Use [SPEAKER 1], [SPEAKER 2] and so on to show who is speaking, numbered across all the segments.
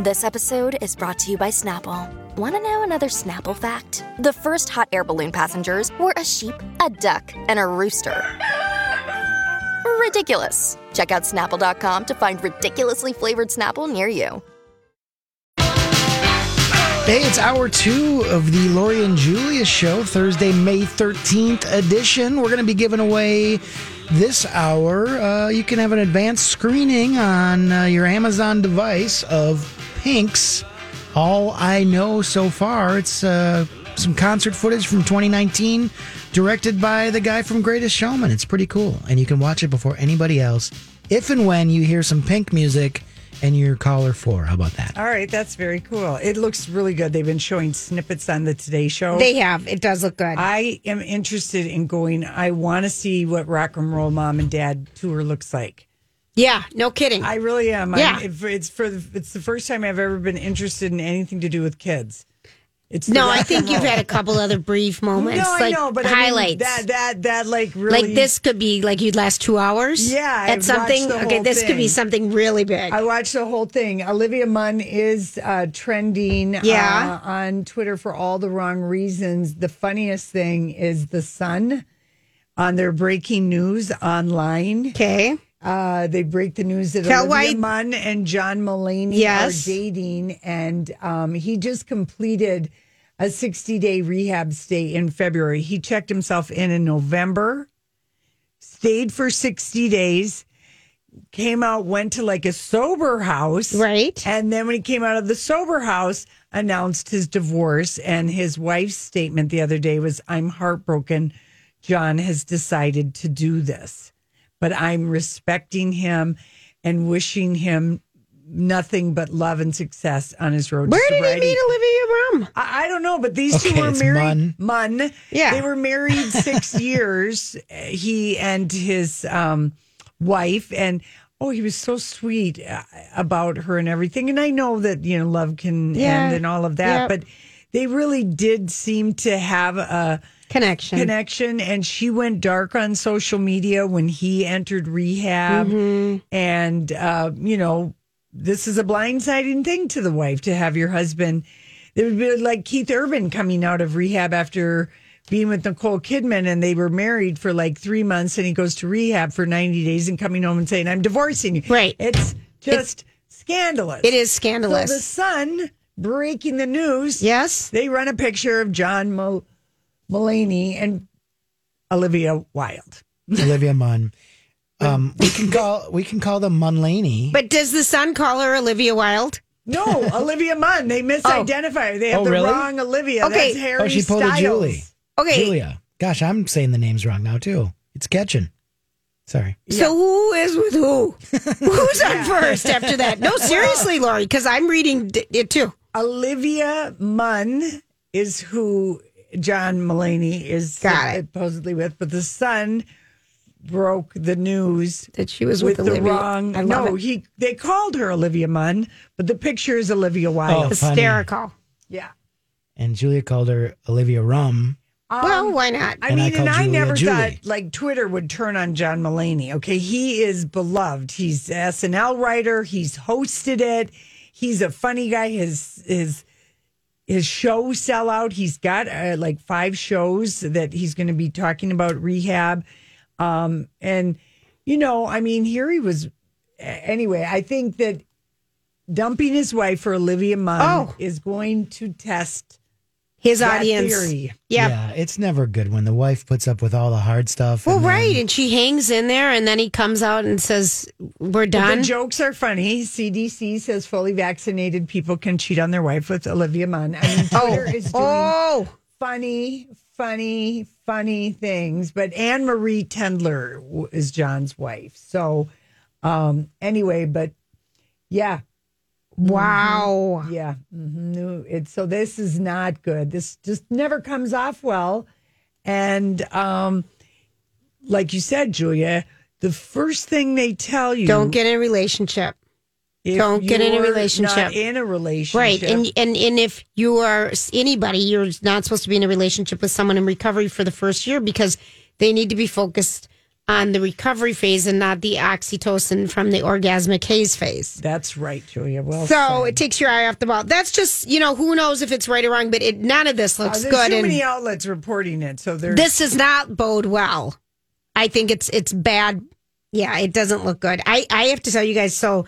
[SPEAKER 1] This episode is brought to you by Snapple. Want to know another Snapple fact? The first hot air balloon passengers were a sheep, a duck, and a rooster. Ridiculous. Check out snapple.com to find ridiculously flavored Snapple near you.
[SPEAKER 2] Hey, it's hour two of the Lori and Julia show, Thursday, May 13th edition. We're going to be giving away this hour. Uh, you can have an advanced screening on uh, your Amazon device of Pink's All I Know So Far. It's uh, some concert footage from 2019, directed by the guy from Greatest Showman. It's pretty cool. And you can watch it before anybody else if and when you hear some Pink music and you're caller four. How about that?
[SPEAKER 3] All right, that's very cool. It looks really good. They've been showing snippets on the Today Show.
[SPEAKER 4] They have. It does look good.
[SPEAKER 3] I am interested in going. I want to see what Rock and Roll Mom and Dad tour looks like.
[SPEAKER 4] yeah, no kidding.
[SPEAKER 3] I really am.
[SPEAKER 4] Yeah.
[SPEAKER 3] I'm, if it's for the, it's the first time I've ever been interested in anything to do with kids. It's the
[SPEAKER 4] no,
[SPEAKER 3] rock
[SPEAKER 4] I
[SPEAKER 3] and
[SPEAKER 4] think you've
[SPEAKER 3] roll.
[SPEAKER 4] had a couple other brief moments,
[SPEAKER 3] no,
[SPEAKER 4] like
[SPEAKER 3] I know, but I mean,
[SPEAKER 4] highlights.
[SPEAKER 3] that that that like really
[SPEAKER 4] Like this could be like you'd last two hours.
[SPEAKER 3] Yeah, I've
[SPEAKER 4] at something.
[SPEAKER 3] watched the
[SPEAKER 4] Okay,
[SPEAKER 3] whole
[SPEAKER 4] this could be
[SPEAKER 3] thing.
[SPEAKER 4] something really big.
[SPEAKER 3] I watched the whole thing. Olivia Munn is uh, trending
[SPEAKER 4] Yeah.
[SPEAKER 3] uh, on Twitter for all the wrong reasons. The funniest thing is The Sun on their breaking news online.
[SPEAKER 4] okay,
[SPEAKER 3] Uh, they break the news that
[SPEAKER 4] Tell
[SPEAKER 3] Olivia
[SPEAKER 4] why-
[SPEAKER 3] Munn and John Mulaney
[SPEAKER 4] Yes.
[SPEAKER 3] are dating, and um, he just completed a 60 day rehab stay in February. He checked himself in in November, stayed for 60 days, came out, went to like a sober house,
[SPEAKER 4] right.
[SPEAKER 3] and then when he came out of the sober house, announced his divorce. And his wife's statement the other day was, I'm heartbroken. John has decided to do this, but I'm respecting him and wishing him nothing but love and success on his road
[SPEAKER 4] Where
[SPEAKER 3] to
[SPEAKER 4] did he
[SPEAKER 3] sobriety.
[SPEAKER 4] meet Olivia Rum?
[SPEAKER 3] I, I don't know, but these
[SPEAKER 2] Okay,
[SPEAKER 3] two were
[SPEAKER 2] it's
[SPEAKER 3] married. Mun.
[SPEAKER 4] Yeah.
[SPEAKER 3] They were married six years, uh, he and his um, wife. And oh, he was so sweet uh, about her and everything. And I know that, you know, love can
[SPEAKER 4] Yeah.
[SPEAKER 3] end and all of that,
[SPEAKER 4] Yep.
[SPEAKER 3] but they really did seem to have a
[SPEAKER 4] Connection.
[SPEAKER 3] connection. And she went dark on social media when he entered rehab.
[SPEAKER 4] Mm-hmm.
[SPEAKER 3] And, uh, you know, this is a blindsiding thing to the wife to have your husband. It would be like Keith Urban coming out of rehab after being with Nicole Kidman and they were married for like three months and he goes to rehab for 90 days and coming home and saying, I'm divorcing you.
[SPEAKER 4] Right.
[SPEAKER 3] It's just scandalous.
[SPEAKER 4] It is
[SPEAKER 3] So
[SPEAKER 4] scandalous.
[SPEAKER 3] the son breaking the news.
[SPEAKER 4] yes.
[SPEAKER 3] They run a picture of John Mul- Mulaney and Olivia Wilde.
[SPEAKER 2] Olivia Munn. Um, we can call we can call them Munlaney.
[SPEAKER 4] But does the son call her Olivia Wilde?
[SPEAKER 3] No, Olivia Munn. They misidentify her. They have
[SPEAKER 2] Oh,
[SPEAKER 3] the
[SPEAKER 2] really?
[SPEAKER 3] wrong Olivia.
[SPEAKER 4] Okay.
[SPEAKER 3] That's Harry
[SPEAKER 2] Oh, she pulled a
[SPEAKER 3] Styles.
[SPEAKER 2] Julie.
[SPEAKER 4] Okay.
[SPEAKER 2] Julia. Gosh, I'm saying the names wrong now too. It's catching. Sorry.
[SPEAKER 4] So who is with who? Who's on first after that? No, seriously, Lori, because I'm reading d- it too.
[SPEAKER 3] Olivia Munn is who John Mulaney is
[SPEAKER 4] Got it.
[SPEAKER 3] supposedly with, but the son broke the news
[SPEAKER 4] That she was
[SPEAKER 3] with
[SPEAKER 4] with,
[SPEAKER 3] the
[SPEAKER 4] Olivia.
[SPEAKER 3] wrong.
[SPEAKER 4] I love
[SPEAKER 3] no,
[SPEAKER 4] it.
[SPEAKER 3] he they called her Olivia Munn, but the picture is Olivia Wilde.
[SPEAKER 4] Oh.
[SPEAKER 2] funny.
[SPEAKER 4] Hysterical.
[SPEAKER 3] Yeah.
[SPEAKER 2] And Julia called her Olivia Rum.
[SPEAKER 4] well, why not?
[SPEAKER 3] Um, I
[SPEAKER 2] And I
[SPEAKER 3] mean, and
[SPEAKER 2] called
[SPEAKER 3] I
[SPEAKER 2] Julia
[SPEAKER 3] never
[SPEAKER 2] Julie.
[SPEAKER 3] thought like Twitter would turn on John Mulaney. Okay, he is beloved. He's an SNL writer. He's hosted it. He's a funny guy. His his his show sell out. He's got uh, like five shows that he's going to be talking about rehab. Um, and you know, I mean, here he was. a- Anyway, I think that dumping his wife for Olivia Munn
[SPEAKER 4] Oh.
[SPEAKER 3] is going to test
[SPEAKER 4] His
[SPEAKER 3] that
[SPEAKER 4] audience.
[SPEAKER 3] theory.
[SPEAKER 4] Yep.
[SPEAKER 2] Yeah, it's never good when the wife puts up with all the hard stuff.
[SPEAKER 4] Well,
[SPEAKER 2] and then-
[SPEAKER 4] right. And she hangs in there, and then he comes out and says, We're
[SPEAKER 3] The
[SPEAKER 4] done.
[SPEAKER 3] jokes are funny. CDC says fully vaccinated people can cheat on their wife with Olivia Munn. I mean, Twitter is doing Mm-hmm.
[SPEAKER 4] Oh,
[SPEAKER 3] funny, funny, funny things. But Anne Marie Tendler w- is John's wife. So, um, anyway, but yeah,
[SPEAKER 4] Wow.
[SPEAKER 3] Yeah. hmm No, it's so this is not good. This just never comes off well. And um, like you said, Julia, the first thing they tell you
[SPEAKER 4] Don't get in a relationship.
[SPEAKER 3] if
[SPEAKER 4] don't get in a
[SPEAKER 3] you're not
[SPEAKER 4] relationship.
[SPEAKER 3] in a relationship.
[SPEAKER 4] Right. And, and and if you are s- anybody, you're not supposed to be in a relationship with someone in recovery for the first year because they need to be focused on the recovery phase and not the oxytocin from the orgasmic haze phase.
[SPEAKER 3] that's right, Julia. Well,
[SPEAKER 4] So it takes your eye off the ball. That's just, you know, who knows if it's right or wrong, but it, none of this looks
[SPEAKER 3] Oh, there's
[SPEAKER 4] good.
[SPEAKER 3] too
[SPEAKER 4] and-
[SPEAKER 3] many outlets reporting it. So there's
[SPEAKER 4] this does not bode well. I think it's it's bad. Yeah, it doesn't look good. I I have to tell you guys. So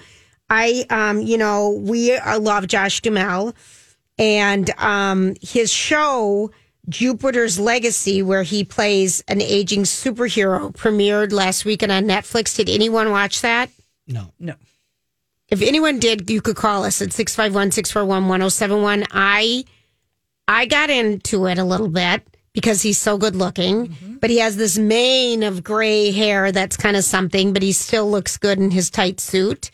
[SPEAKER 4] I um you know we uh, love Josh Duhamel and um his show Jupiter's Legacy, where he plays an aging superhero, premiered last weekend on Netflix. Did anyone watch that?
[SPEAKER 2] No.
[SPEAKER 3] no.
[SPEAKER 4] If anyone did, you could call us at 651-641-1071. I I got into it a little bit because he's so good looking,
[SPEAKER 3] Mm-hmm.
[SPEAKER 4] but he has this mane of gray hair that's kind of something, but he still looks good in his tight suit.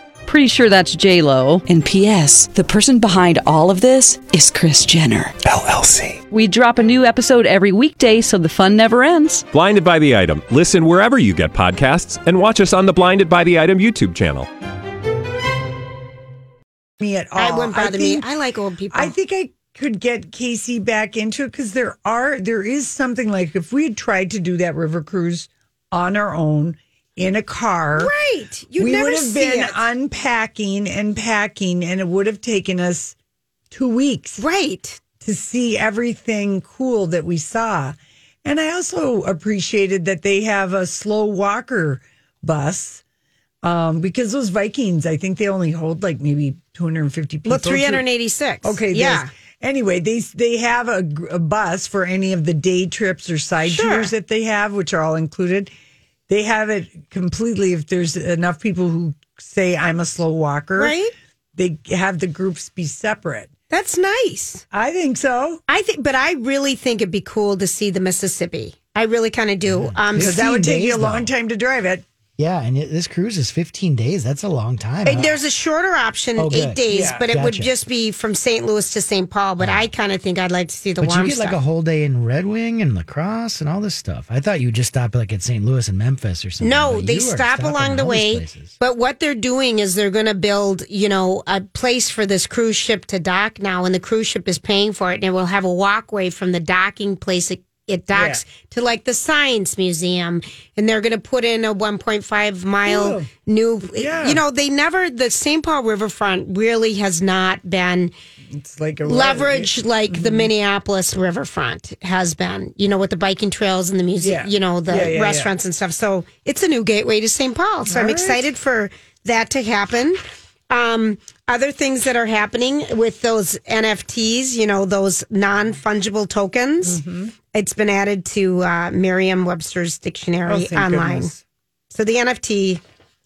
[SPEAKER 5] Pretty sure that's J Lo. And P.S. The person behind all of this is Chris Jenner
[SPEAKER 6] LLC.
[SPEAKER 5] We drop a new episode every weekday, so the fun never ends.
[SPEAKER 6] Blinded by the item. Listen wherever you get podcasts, and watch us on the Blinded by the Item YouTube channel.
[SPEAKER 3] me at all.
[SPEAKER 4] That wouldn't bother me.
[SPEAKER 3] think-
[SPEAKER 4] I like old people.
[SPEAKER 3] I think I could get Casey back into it because there are there is something like if we had tried to do that river cruise on our own in a car,
[SPEAKER 4] right. You
[SPEAKER 3] we
[SPEAKER 4] never
[SPEAKER 3] would have
[SPEAKER 4] see
[SPEAKER 3] been
[SPEAKER 4] it.
[SPEAKER 3] unpacking and packing, and it would have taken us two weeks
[SPEAKER 4] right.
[SPEAKER 3] to see everything cool that we saw. And I also appreciated that they have a slow walker bus um, because those Vikings, I think they only hold like maybe 250 people.
[SPEAKER 4] Well, 386.
[SPEAKER 3] Okay.
[SPEAKER 4] Yeah.
[SPEAKER 3] Yeah. Anyway, they they have a, gr- a bus for any of the day trips or side
[SPEAKER 4] Sure.
[SPEAKER 3] tours that they have, which are all included. They have it completely. If there's enough people who say I'm a slow walker,
[SPEAKER 4] Right?
[SPEAKER 3] they have the groups be separate.
[SPEAKER 4] That's nice.
[SPEAKER 3] I think so.
[SPEAKER 4] I think, but I really think it'd be cool to see the Mississippi. I really kind of do. Um,
[SPEAKER 3] Because that would
[SPEAKER 2] 15
[SPEAKER 3] take you a
[SPEAKER 2] days,
[SPEAKER 3] long
[SPEAKER 2] though.
[SPEAKER 3] time to drive it.
[SPEAKER 2] Yeah, and it, this cruise is 15 days. That's a long time.
[SPEAKER 4] Uh,
[SPEAKER 2] huh?
[SPEAKER 4] There's a shorter option,
[SPEAKER 2] Oh, good.
[SPEAKER 4] eight days,
[SPEAKER 3] Yeah.
[SPEAKER 4] but it would
[SPEAKER 2] Gotcha.
[SPEAKER 4] just be from St. Louis to St. Paul. But I kind of think I'd like to see the
[SPEAKER 2] but you
[SPEAKER 4] warm
[SPEAKER 2] get
[SPEAKER 4] stuff.
[SPEAKER 2] like a whole day in Red Wing and Lacrosse and all this stuff. I thought you would just stop like at St. Louis and Memphis or something.
[SPEAKER 4] no,
[SPEAKER 2] but
[SPEAKER 4] they
[SPEAKER 2] you are
[SPEAKER 4] stop
[SPEAKER 2] stopping
[SPEAKER 4] along
[SPEAKER 2] in
[SPEAKER 4] the
[SPEAKER 2] all these
[SPEAKER 4] way.
[SPEAKER 2] places.
[SPEAKER 4] But what they're doing is they're going to build, you know, a place for this cruise ship to dock now, and the cruise ship is paying for it, and it will have a walkway from the docking place it, it docks to like the science museum, and they're going to put in a 1.5 mile new.
[SPEAKER 3] Yeah.
[SPEAKER 4] You know, they never the St. Paul riverfront really has not been
[SPEAKER 3] It's like a
[SPEAKER 4] leverage like
[SPEAKER 3] Mm-hmm.
[SPEAKER 4] the Minneapolis riverfront has been, you know, with the biking trails and the music,
[SPEAKER 3] Yeah.
[SPEAKER 4] you know, the
[SPEAKER 3] Yeah, yeah, yeah.
[SPEAKER 4] restaurants and stuff. So it's a new gateway to St. Paul. So I'm excited for that to happen. Um, other things that are happening with those NFTs, you know, those non fungible tokens,
[SPEAKER 3] Mm-hmm.
[SPEAKER 4] it's been added to uh, Merriam Webster's
[SPEAKER 3] Oh,
[SPEAKER 4] dictionary online. So the NFT,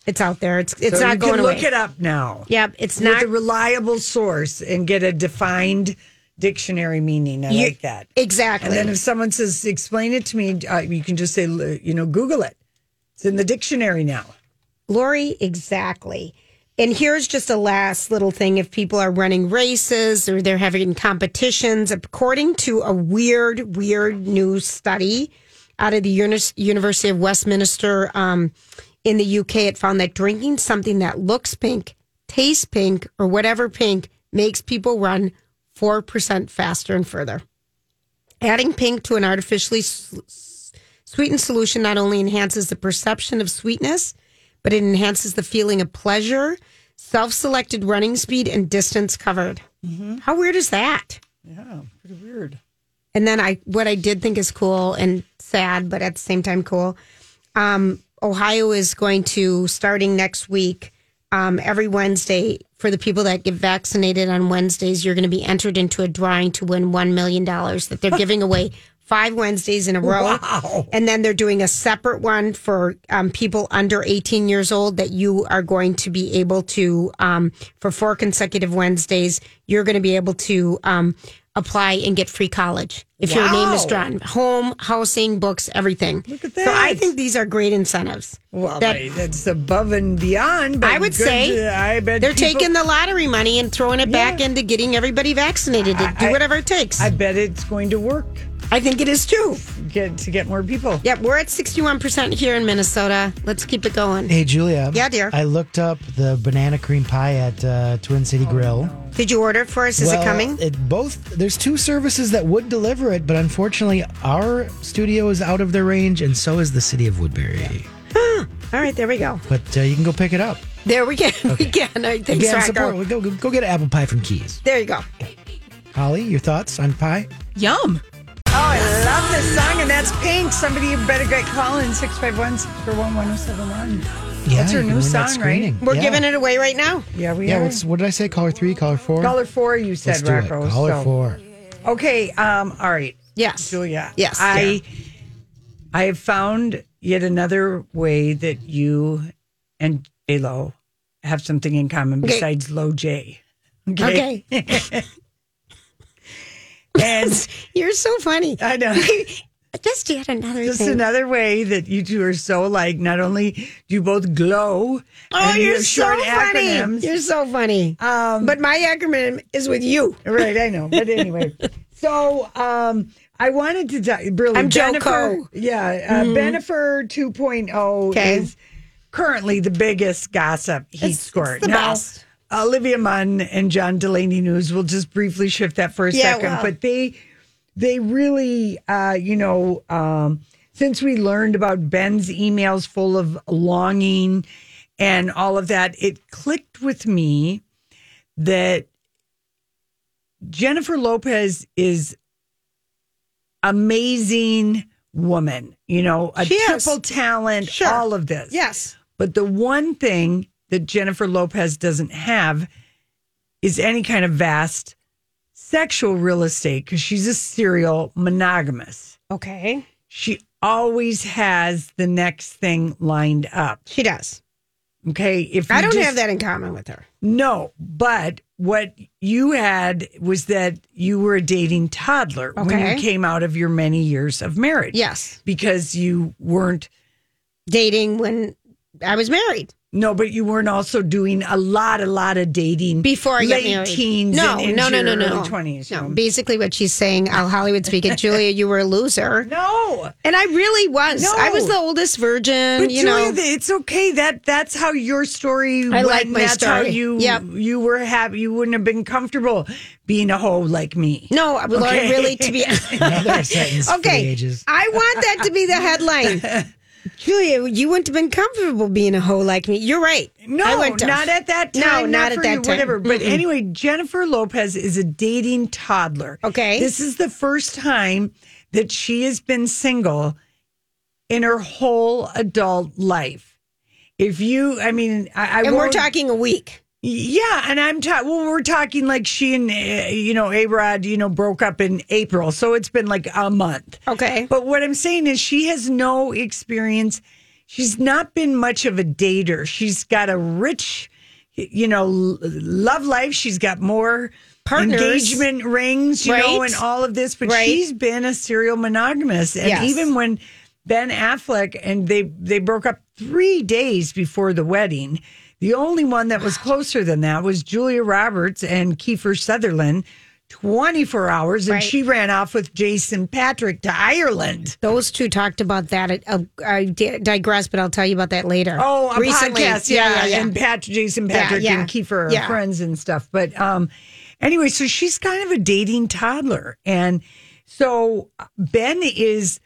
[SPEAKER 4] it's out there. It's it's
[SPEAKER 3] so
[SPEAKER 4] not
[SPEAKER 3] you
[SPEAKER 4] going
[SPEAKER 3] can
[SPEAKER 4] away.
[SPEAKER 3] look it up now.
[SPEAKER 4] Yep, it's
[SPEAKER 3] With
[SPEAKER 4] not
[SPEAKER 3] a reliable source and get a defined dictionary meaning. I
[SPEAKER 4] You-
[SPEAKER 3] like that.
[SPEAKER 4] exactly.
[SPEAKER 3] And then if someone says, explain it to me, uh, you can just say, you know, Google it. It's in the dictionary now.
[SPEAKER 4] Lori, exactly. And here's just a last little thing if people are running races or they're having competitions, according to a weird, weird new study out of the Uni- University of Westminster um, in the UK, it found that drinking something that looks pink, tastes pink, or whatever pink makes people run 4% faster and further. Adding pink to an artificially s- s- sweetened solution not only enhances the perception of sweetness, but it enhances the feeling of pleasure, self selected running speed, and distance covered. How weird is that?
[SPEAKER 3] Mm-hmm. Yeah, pretty weird.
[SPEAKER 4] And then I, what I did think is cool and sad, but at the same time cool. Um, Ohio is going to starting next week. Um, every Wednesday, for the people that get vaccinated on Wednesdays, you're going to be entered into a drawing to win one million dollars that they're giving away five Wednesdays in a row.
[SPEAKER 3] Wow.
[SPEAKER 4] And then they're doing a separate one for um, people under 18 years old that you are going to be able to, um, for four consecutive Wednesdays, you're going to be able to um, apply and get free college if your name is
[SPEAKER 3] Wow.
[SPEAKER 4] drawn. Home, housing, books, everything. Look
[SPEAKER 3] at
[SPEAKER 4] So I
[SPEAKER 3] that.
[SPEAKER 4] think these are great incentives.
[SPEAKER 3] Well,
[SPEAKER 4] That-
[SPEAKER 3] right, that's above and beyond. But
[SPEAKER 4] I would
[SPEAKER 3] good- uh,
[SPEAKER 4] say
[SPEAKER 3] I bet
[SPEAKER 4] they're
[SPEAKER 3] people-
[SPEAKER 4] taking the lottery money and throwing it back
[SPEAKER 3] Yeah.
[SPEAKER 4] into getting everybody vaccinated to do
[SPEAKER 3] I-
[SPEAKER 4] whatever it takes.
[SPEAKER 3] I
[SPEAKER 4] I,
[SPEAKER 3] bet it's going to work.
[SPEAKER 4] think it is too.
[SPEAKER 3] Get to get more people.
[SPEAKER 4] Yep, we're at 61% here in Minnesota. Let's keep it going.
[SPEAKER 2] Hey, Julia.
[SPEAKER 4] Yeah, dear.
[SPEAKER 2] I looked up the banana cream pie at uh, Twin City Grill.
[SPEAKER 4] Did you order it for us? Is
[SPEAKER 2] Well,
[SPEAKER 4] it coming?
[SPEAKER 2] It both there's two services that would deliver it, but unfortunately, our studio is out of their range, and so is the city of Woodbury.
[SPEAKER 4] All right, there we go.
[SPEAKER 2] But uh, you can go pick it up.
[SPEAKER 4] There we go. We can. All right, thanks,
[SPEAKER 2] Again,
[SPEAKER 4] Rocco.
[SPEAKER 2] support. Go, go, go get an apple pie from Keys.
[SPEAKER 4] There you go.
[SPEAKER 2] Holly, your thoughts on pie?
[SPEAKER 7] Yum.
[SPEAKER 3] Oh, I love this song, and that's Pink. Somebody you better get calling 651 641 1071.
[SPEAKER 2] Yeah,
[SPEAKER 3] That's her
[SPEAKER 2] you can
[SPEAKER 3] new
[SPEAKER 2] win that
[SPEAKER 3] song, right?
[SPEAKER 2] screening.
[SPEAKER 4] We're
[SPEAKER 2] yeah.
[SPEAKER 4] giving it away right now.
[SPEAKER 3] Yeah, we
[SPEAKER 2] Yeah,
[SPEAKER 3] are.
[SPEAKER 2] what's, what did I say? Caller three, caller four?
[SPEAKER 3] Color four, you
[SPEAKER 2] Let's
[SPEAKER 3] said,
[SPEAKER 2] do it.
[SPEAKER 3] Rocco.
[SPEAKER 2] Caller
[SPEAKER 3] so-
[SPEAKER 2] four.
[SPEAKER 3] Okay. Um, all right.
[SPEAKER 4] Yes.
[SPEAKER 3] Julia.
[SPEAKER 4] Yes,
[SPEAKER 3] I I have found yet another way that you and J Lo have something in common
[SPEAKER 4] Okay.
[SPEAKER 3] besides low J.
[SPEAKER 4] Okay.
[SPEAKER 3] And
[SPEAKER 4] You're so funny.
[SPEAKER 3] I know.
[SPEAKER 4] Just yet another
[SPEAKER 3] Just
[SPEAKER 4] thing.
[SPEAKER 3] another way that you two are so alike. Not only do you both glow,
[SPEAKER 4] Oh,
[SPEAKER 3] and you
[SPEAKER 4] you're
[SPEAKER 3] have
[SPEAKER 4] so
[SPEAKER 3] short
[SPEAKER 4] funny.
[SPEAKER 3] acronyms.
[SPEAKER 4] You're so funny.
[SPEAKER 3] um,
[SPEAKER 4] but my acronym is with you.
[SPEAKER 3] Right, I know. But anyway, so um, I wanted to di- really.
[SPEAKER 4] I'm Joe
[SPEAKER 3] Bennifer-
[SPEAKER 4] Coe. Mm-hmm.
[SPEAKER 3] Yeah, uh, Bennifer 2.0
[SPEAKER 4] Okay.
[SPEAKER 3] is currently the biggest gossip heat
[SPEAKER 4] It's-
[SPEAKER 3] scored.
[SPEAKER 4] it's the best.
[SPEAKER 3] Olivia Munn and John Delaney News. We'll just briefly shift that for a
[SPEAKER 4] Yeah,
[SPEAKER 3] second,
[SPEAKER 4] well.
[SPEAKER 3] but they they really, uh, you know, um, since we learned about Ben's emails full of longing and all of that, it clicked with me that Jennifer Lopez is amazing woman. You know, a
[SPEAKER 4] She is.
[SPEAKER 3] triple talent.
[SPEAKER 4] Sure.
[SPEAKER 3] All of this,
[SPEAKER 4] Yes.
[SPEAKER 3] but the one thing that Jennifer Lopez doesn't have is any kind of vast sexual real estate because she's a serial monogamous.
[SPEAKER 4] Okay.
[SPEAKER 3] She always has the next thing lined up.
[SPEAKER 4] She does.
[SPEAKER 3] Okay. If
[SPEAKER 4] I
[SPEAKER 3] you
[SPEAKER 4] don't
[SPEAKER 3] just-
[SPEAKER 4] have that in common with her.
[SPEAKER 3] No, but what you had was that you were a dating toddler when
[SPEAKER 4] Okay.
[SPEAKER 3] you came out of your many years of marriage.
[SPEAKER 4] Yes.
[SPEAKER 3] Because you weren't
[SPEAKER 4] Dating when I was married.
[SPEAKER 3] No, but you weren't also doing a lot, a lot of dating
[SPEAKER 4] Before I
[SPEAKER 3] late
[SPEAKER 4] got married.
[SPEAKER 3] teens.
[SPEAKER 4] no,
[SPEAKER 3] and into
[SPEAKER 4] no, no, no,
[SPEAKER 3] your
[SPEAKER 4] no,
[SPEAKER 3] early twenties.
[SPEAKER 4] No,
[SPEAKER 3] No,
[SPEAKER 4] basically what she's saying, I'll Hollywood speak it. Julia, you were a loser.
[SPEAKER 3] no.
[SPEAKER 4] And I really was.
[SPEAKER 3] No.
[SPEAKER 4] I was the oldest virgin,
[SPEAKER 3] But
[SPEAKER 4] you
[SPEAKER 3] Julia,
[SPEAKER 4] know.
[SPEAKER 3] th- it's okay. That that's how your story.
[SPEAKER 4] I
[SPEAKER 3] went,
[SPEAKER 4] like
[SPEAKER 3] and
[SPEAKER 4] my
[SPEAKER 3] that's How
[SPEAKER 4] story.
[SPEAKER 3] you
[SPEAKER 4] Yep.
[SPEAKER 3] you were happy. You wouldn't have been comfortable being a hoe like me.
[SPEAKER 4] no, Lord,
[SPEAKER 3] Okay.
[SPEAKER 4] really, to be
[SPEAKER 2] Another sentence for the
[SPEAKER 4] okay.
[SPEAKER 2] ages.
[SPEAKER 4] I want that to be the headline. Julia, you wouldn't have been comfortable being a hoe like me. You're right.
[SPEAKER 3] No,
[SPEAKER 4] I wouldn't have.
[SPEAKER 3] not at that
[SPEAKER 4] No,
[SPEAKER 3] time.
[SPEAKER 4] not
[SPEAKER 3] for
[SPEAKER 4] at that
[SPEAKER 3] you,
[SPEAKER 4] time.
[SPEAKER 3] Whatever. But
[SPEAKER 4] Mm-mm.
[SPEAKER 3] anyway, Jennifer Lopez is a dating toddler.
[SPEAKER 4] Okay.
[SPEAKER 3] This is the first time that she has been single in her whole adult life. If you, I mean, I, I
[SPEAKER 4] and we're
[SPEAKER 3] won't-
[SPEAKER 4] talking a week.
[SPEAKER 3] Yeah, and I'm talking. Well, we're talking like she and uh, you know Arod, you know, broke up in April, so it's been like a month.
[SPEAKER 4] Okay.
[SPEAKER 3] But what I'm saying is she has no experience. She's not been much of a dater. She's got a rich, you know, l- love life. She's got more
[SPEAKER 4] Partners.
[SPEAKER 3] engagement rings, you know,
[SPEAKER 4] Right.
[SPEAKER 3] and all of this. But
[SPEAKER 4] Right.
[SPEAKER 3] she's been a serial monogamous. And
[SPEAKER 4] Yes.
[SPEAKER 3] even when Ben Affleck and they they broke up three days before the wedding. The only one that was closer than that was Julia Roberts and Kiefer Sutherland, 24 hours, and
[SPEAKER 4] Right.
[SPEAKER 3] she ran off with Jason Patrick to Ireland.
[SPEAKER 4] Those two talked about that. It- uh, I di- digress, but I'll tell you about that later.
[SPEAKER 3] Oh, a
[SPEAKER 4] Recently.
[SPEAKER 3] podcast, yeah,
[SPEAKER 4] yeah, yeah.
[SPEAKER 3] and Pat, Jason Patrick,
[SPEAKER 4] yeah.
[SPEAKER 3] and Kiefer are
[SPEAKER 4] Yeah.
[SPEAKER 3] friends and stuff. But um, anyway, so she's kind of a dating toddler, and so Ben is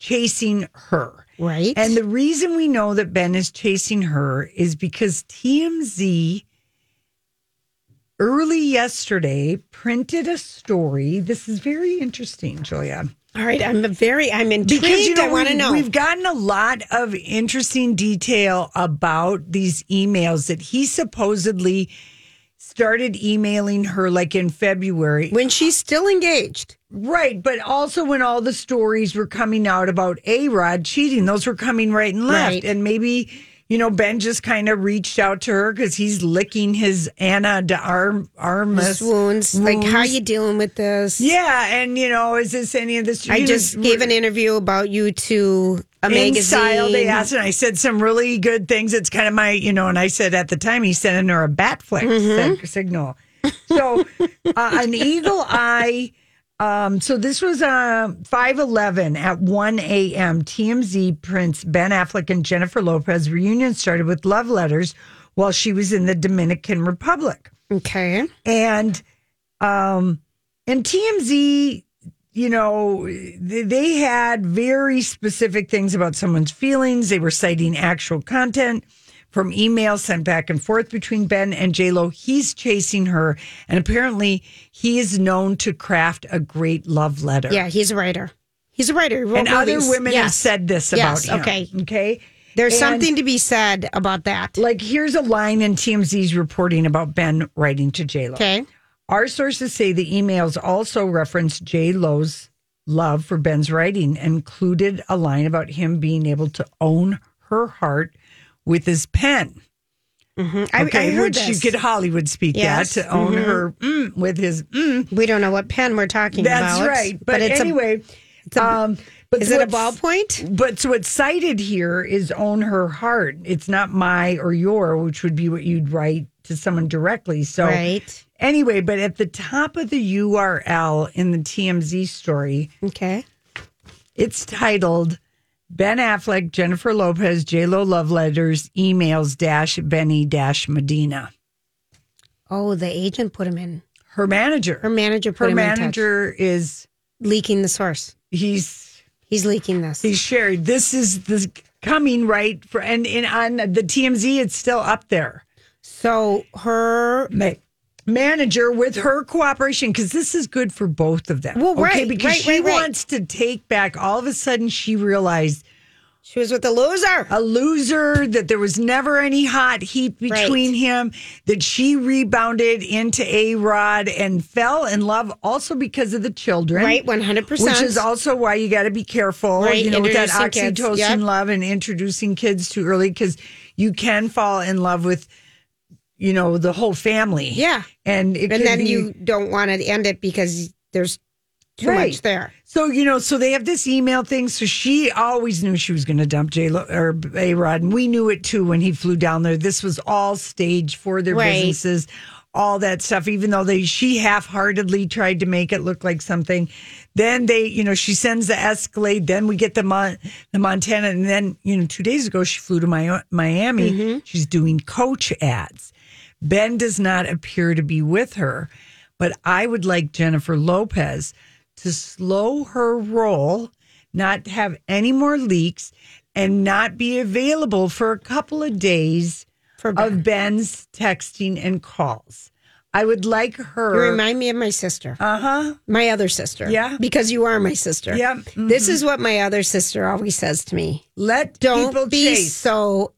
[SPEAKER 3] chasing her.
[SPEAKER 4] Right.
[SPEAKER 3] And the reason we know that Ben is chasing her is because TMZ early yesterday printed a story. This is very interesting, Julia.
[SPEAKER 4] All right, I'm very, I'm intrigued.
[SPEAKER 3] Because you know,
[SPEAKER 4] I want to
[SPEAKER 3] we-
[SPEAKER 4] know.
[SPEAKER 3] We've gotten a lot of interesting detail about these emails that he supposedly started emailing her like in February.
[SPEAKER 4] when she's still engaged.
[SPEAKER 3] Right, but also when all the stories were coming out about A Rod cheating, those were coming right and left.
[SPEAKER 4] Right.
[SPEAKER 3] And maybe, you know, Ben just kind of reached out to her because he's licking his Anna de Arm Armas
[SPEAKER 4] Miss wounds. Like, how
[SPEAKER 3] wounds.
[SPEAKER 4] you dealing with this?
[SPEAKER 3] Yeah, and you know, is this any of this?
[SPEAKER 4] I
[SPEAKER 3] you
[SPEAKER 4] just gave an interview about you to a
[SPEAKER 3] in
[SPEAKER 4] magazine.
[SPEAKER 3] style they asked and i said some really good things it's kind of my you know and i said at the time he's sending her a bat flick
[SPEAKER 4] Mm-hmm.
[SPEAKER 3] sig- signal so uh, an eagle eye um, so this was uh, 511 at 1 a.m tmz prince ben affleck and jennifer lopez reunion started with love letters while she was in the dominican republic
[SPEAKER 4] Okay.
[SPEAKER 3] and um and TMZ you know, th- they had very specific things about someone's feelings. They were citing actual content from emails sent back and forth between Ben and JLo. He's chasing her, and apparently he is known to craft a great love letter.
[SPEAKER 4] Yeah, he's a writer. He's a writer. He wrote
[SPEAKER 3] And other
[SPEAKER 4] movies.
[SPEAKER 3] women have
[SPEAKER 4] Yes.
[SPEAKER 3] said this
[SPEAKER 4] Yes,
[SPEAKER 3] about him.
[SPEAKER 4] okay.
[SPEAKER 3] Okay.
[SPEAKER 4] There's
[SPEAKER 3] And-
[SPEAKER 4] something to be said about that.
[SPEAKER 3] Like, here's a line in TMZ's reporting about Ben writing to JLo.
[SPEAKER 4] Okay.
[SPEAKER 3] Our sources say the emails also referenced J. Lo's love for Ben's writing and included a line about him being able to own her heart with his pen.
[SPEAKER 4] I, I heard
[SPEAKER 3] which
[SPEAKER 4] this.
[SPEAKER 3] you could Hollywood speak
[SPEAKER 4] Yes. Mm-hmm.
[SPEAKER 3] that to own her mm, with his. Mm.
[SPEAKER 4] we don't know what pen we're talking
[SPEAKER 3] That's
[SPEAKER 4] about.
[SPEAKER 3] right. But,
[SPEAKER 4] it's
[SPEAKER 3] anyway, um,
[SPEAKER 4] a,
[SPEAKER 3] but
[SPEAKER 4] is it a
[SPEAKER 3] what's-
[SPEAKER 4] ballpoint?
[SPEAKER 3] But so what's cited here is own her heart. It's not my or your, which would be what you'd write to someone directly. So
[SPEAKER 4] Right.
[SPEAKER 3] anyway, but at the top of the URL in the TMZ story,
[SPEAKER 4] Okay.
[SPEAKER 3] it's titled Ben Affleck, Jennifer Lopez, JLo Love Letters, Emails Dash Benny Dash Medina.
[SPEAKER 4] Oh, the agent put him in.
[SPEAKER 3] Her manager.
[SPEAKER 4] Her manager put
[SPEAKER 3] Her
[SPEAKER 4] him in
[SPEAKER 3] manager is
[SPEAKER 4] touch. leaking the source.
[SPEAKER 3] he's
[SPEAKER 4] He's leaking this.
[SPEAKER 3] He shared this is the coming right for and, and on the TMZ it's still up there.
[SPEAKER 4] so her
[SPEAKER 3] Ma- manager with her cooperation because this is good for both of them.
[SPEAKER 4] Well, right,
[SPEAKER 3] because
[SPEAKER 4] right,
[SPEAKER 3] she
[SPEAKER 4] right, right.
[SPEAKER 3] wants to take back. All of a sudden, she realized
[SPEAKER 4] she was with the loser.
[SPEAKER 3] a loser that there was never any hot heat between
[SPEAKER 4] Right.
[SPEAKER 3] him. That she rebounded into a Rod and fell in love also because of the children.
[SPEAKER 4] Right, 100%.
[SPEAKER 3] Which is also why you got to be careful,
[SPEAKER 4] Right,
[SPEAKER 3] you know, with that
[SPEAKER 4] introducing kids,
[SPEAKER 3] oxytocin
[SPEAKER 4] yep.
[SPEAKER 3] love and introducing kids too early because you can fall in love with, you know, the whole family.
[SPEAKER 4] Yeah.
[SPEAKER 3] and it
[SPEAKER 4] and
[SPEAKER 3] could
[SPEAKER 4] then
[SPEAKER 3] be-
[SPEAKER 4] you don't want to end it because there's too
[SPEAKER 3] Right.
[SPEAKER 4] much there.
[SPEAKER 3] So you know, so they have this email thing. So she always knew she was going to dump J Lo or A Rod, and we knew it too when he flew down there. This was all staged for their
[SPEAKER 4] Right.
[SPEAKER 3] businesses, all that stuff. Even though they, she half heartedly tried to make it look like something. Then they, you know, she sends the Escalade. Then we get the Mon- the Montana, and then you know, two days ago she flew to Mi- Miami. She's doing coach ads. Ben does not appear to be with her, but I would like Jennifer Lopez to slow her roll, not have any more leaks, and not be available for a couple of days
[SPEAKER 4] For
[SPEAKER 3] of Ben's texting and calls. I would like
[SPEAKER 4] You
[SPEAKER 3] her.
[SPEAKER 4] remind me of my sister,
[SPEAKER 3] Uh huh.
[SPEAKER 4] my other sister.
[SPEAKER 3] Yeah.
[SPEAKER 4] Because you are my sister.
[SPEAKER 3] Yeah. Mm-hmm.
[SPEAKER 4] This is what my other sister always says to me.
[SPEAKER 3] Let
[SPEAKER 4] Don't
[SPEAKER 3] people
[SPEAKER 4] be
[SPEAKER 3] chase.
[SPEAKER 4] so available.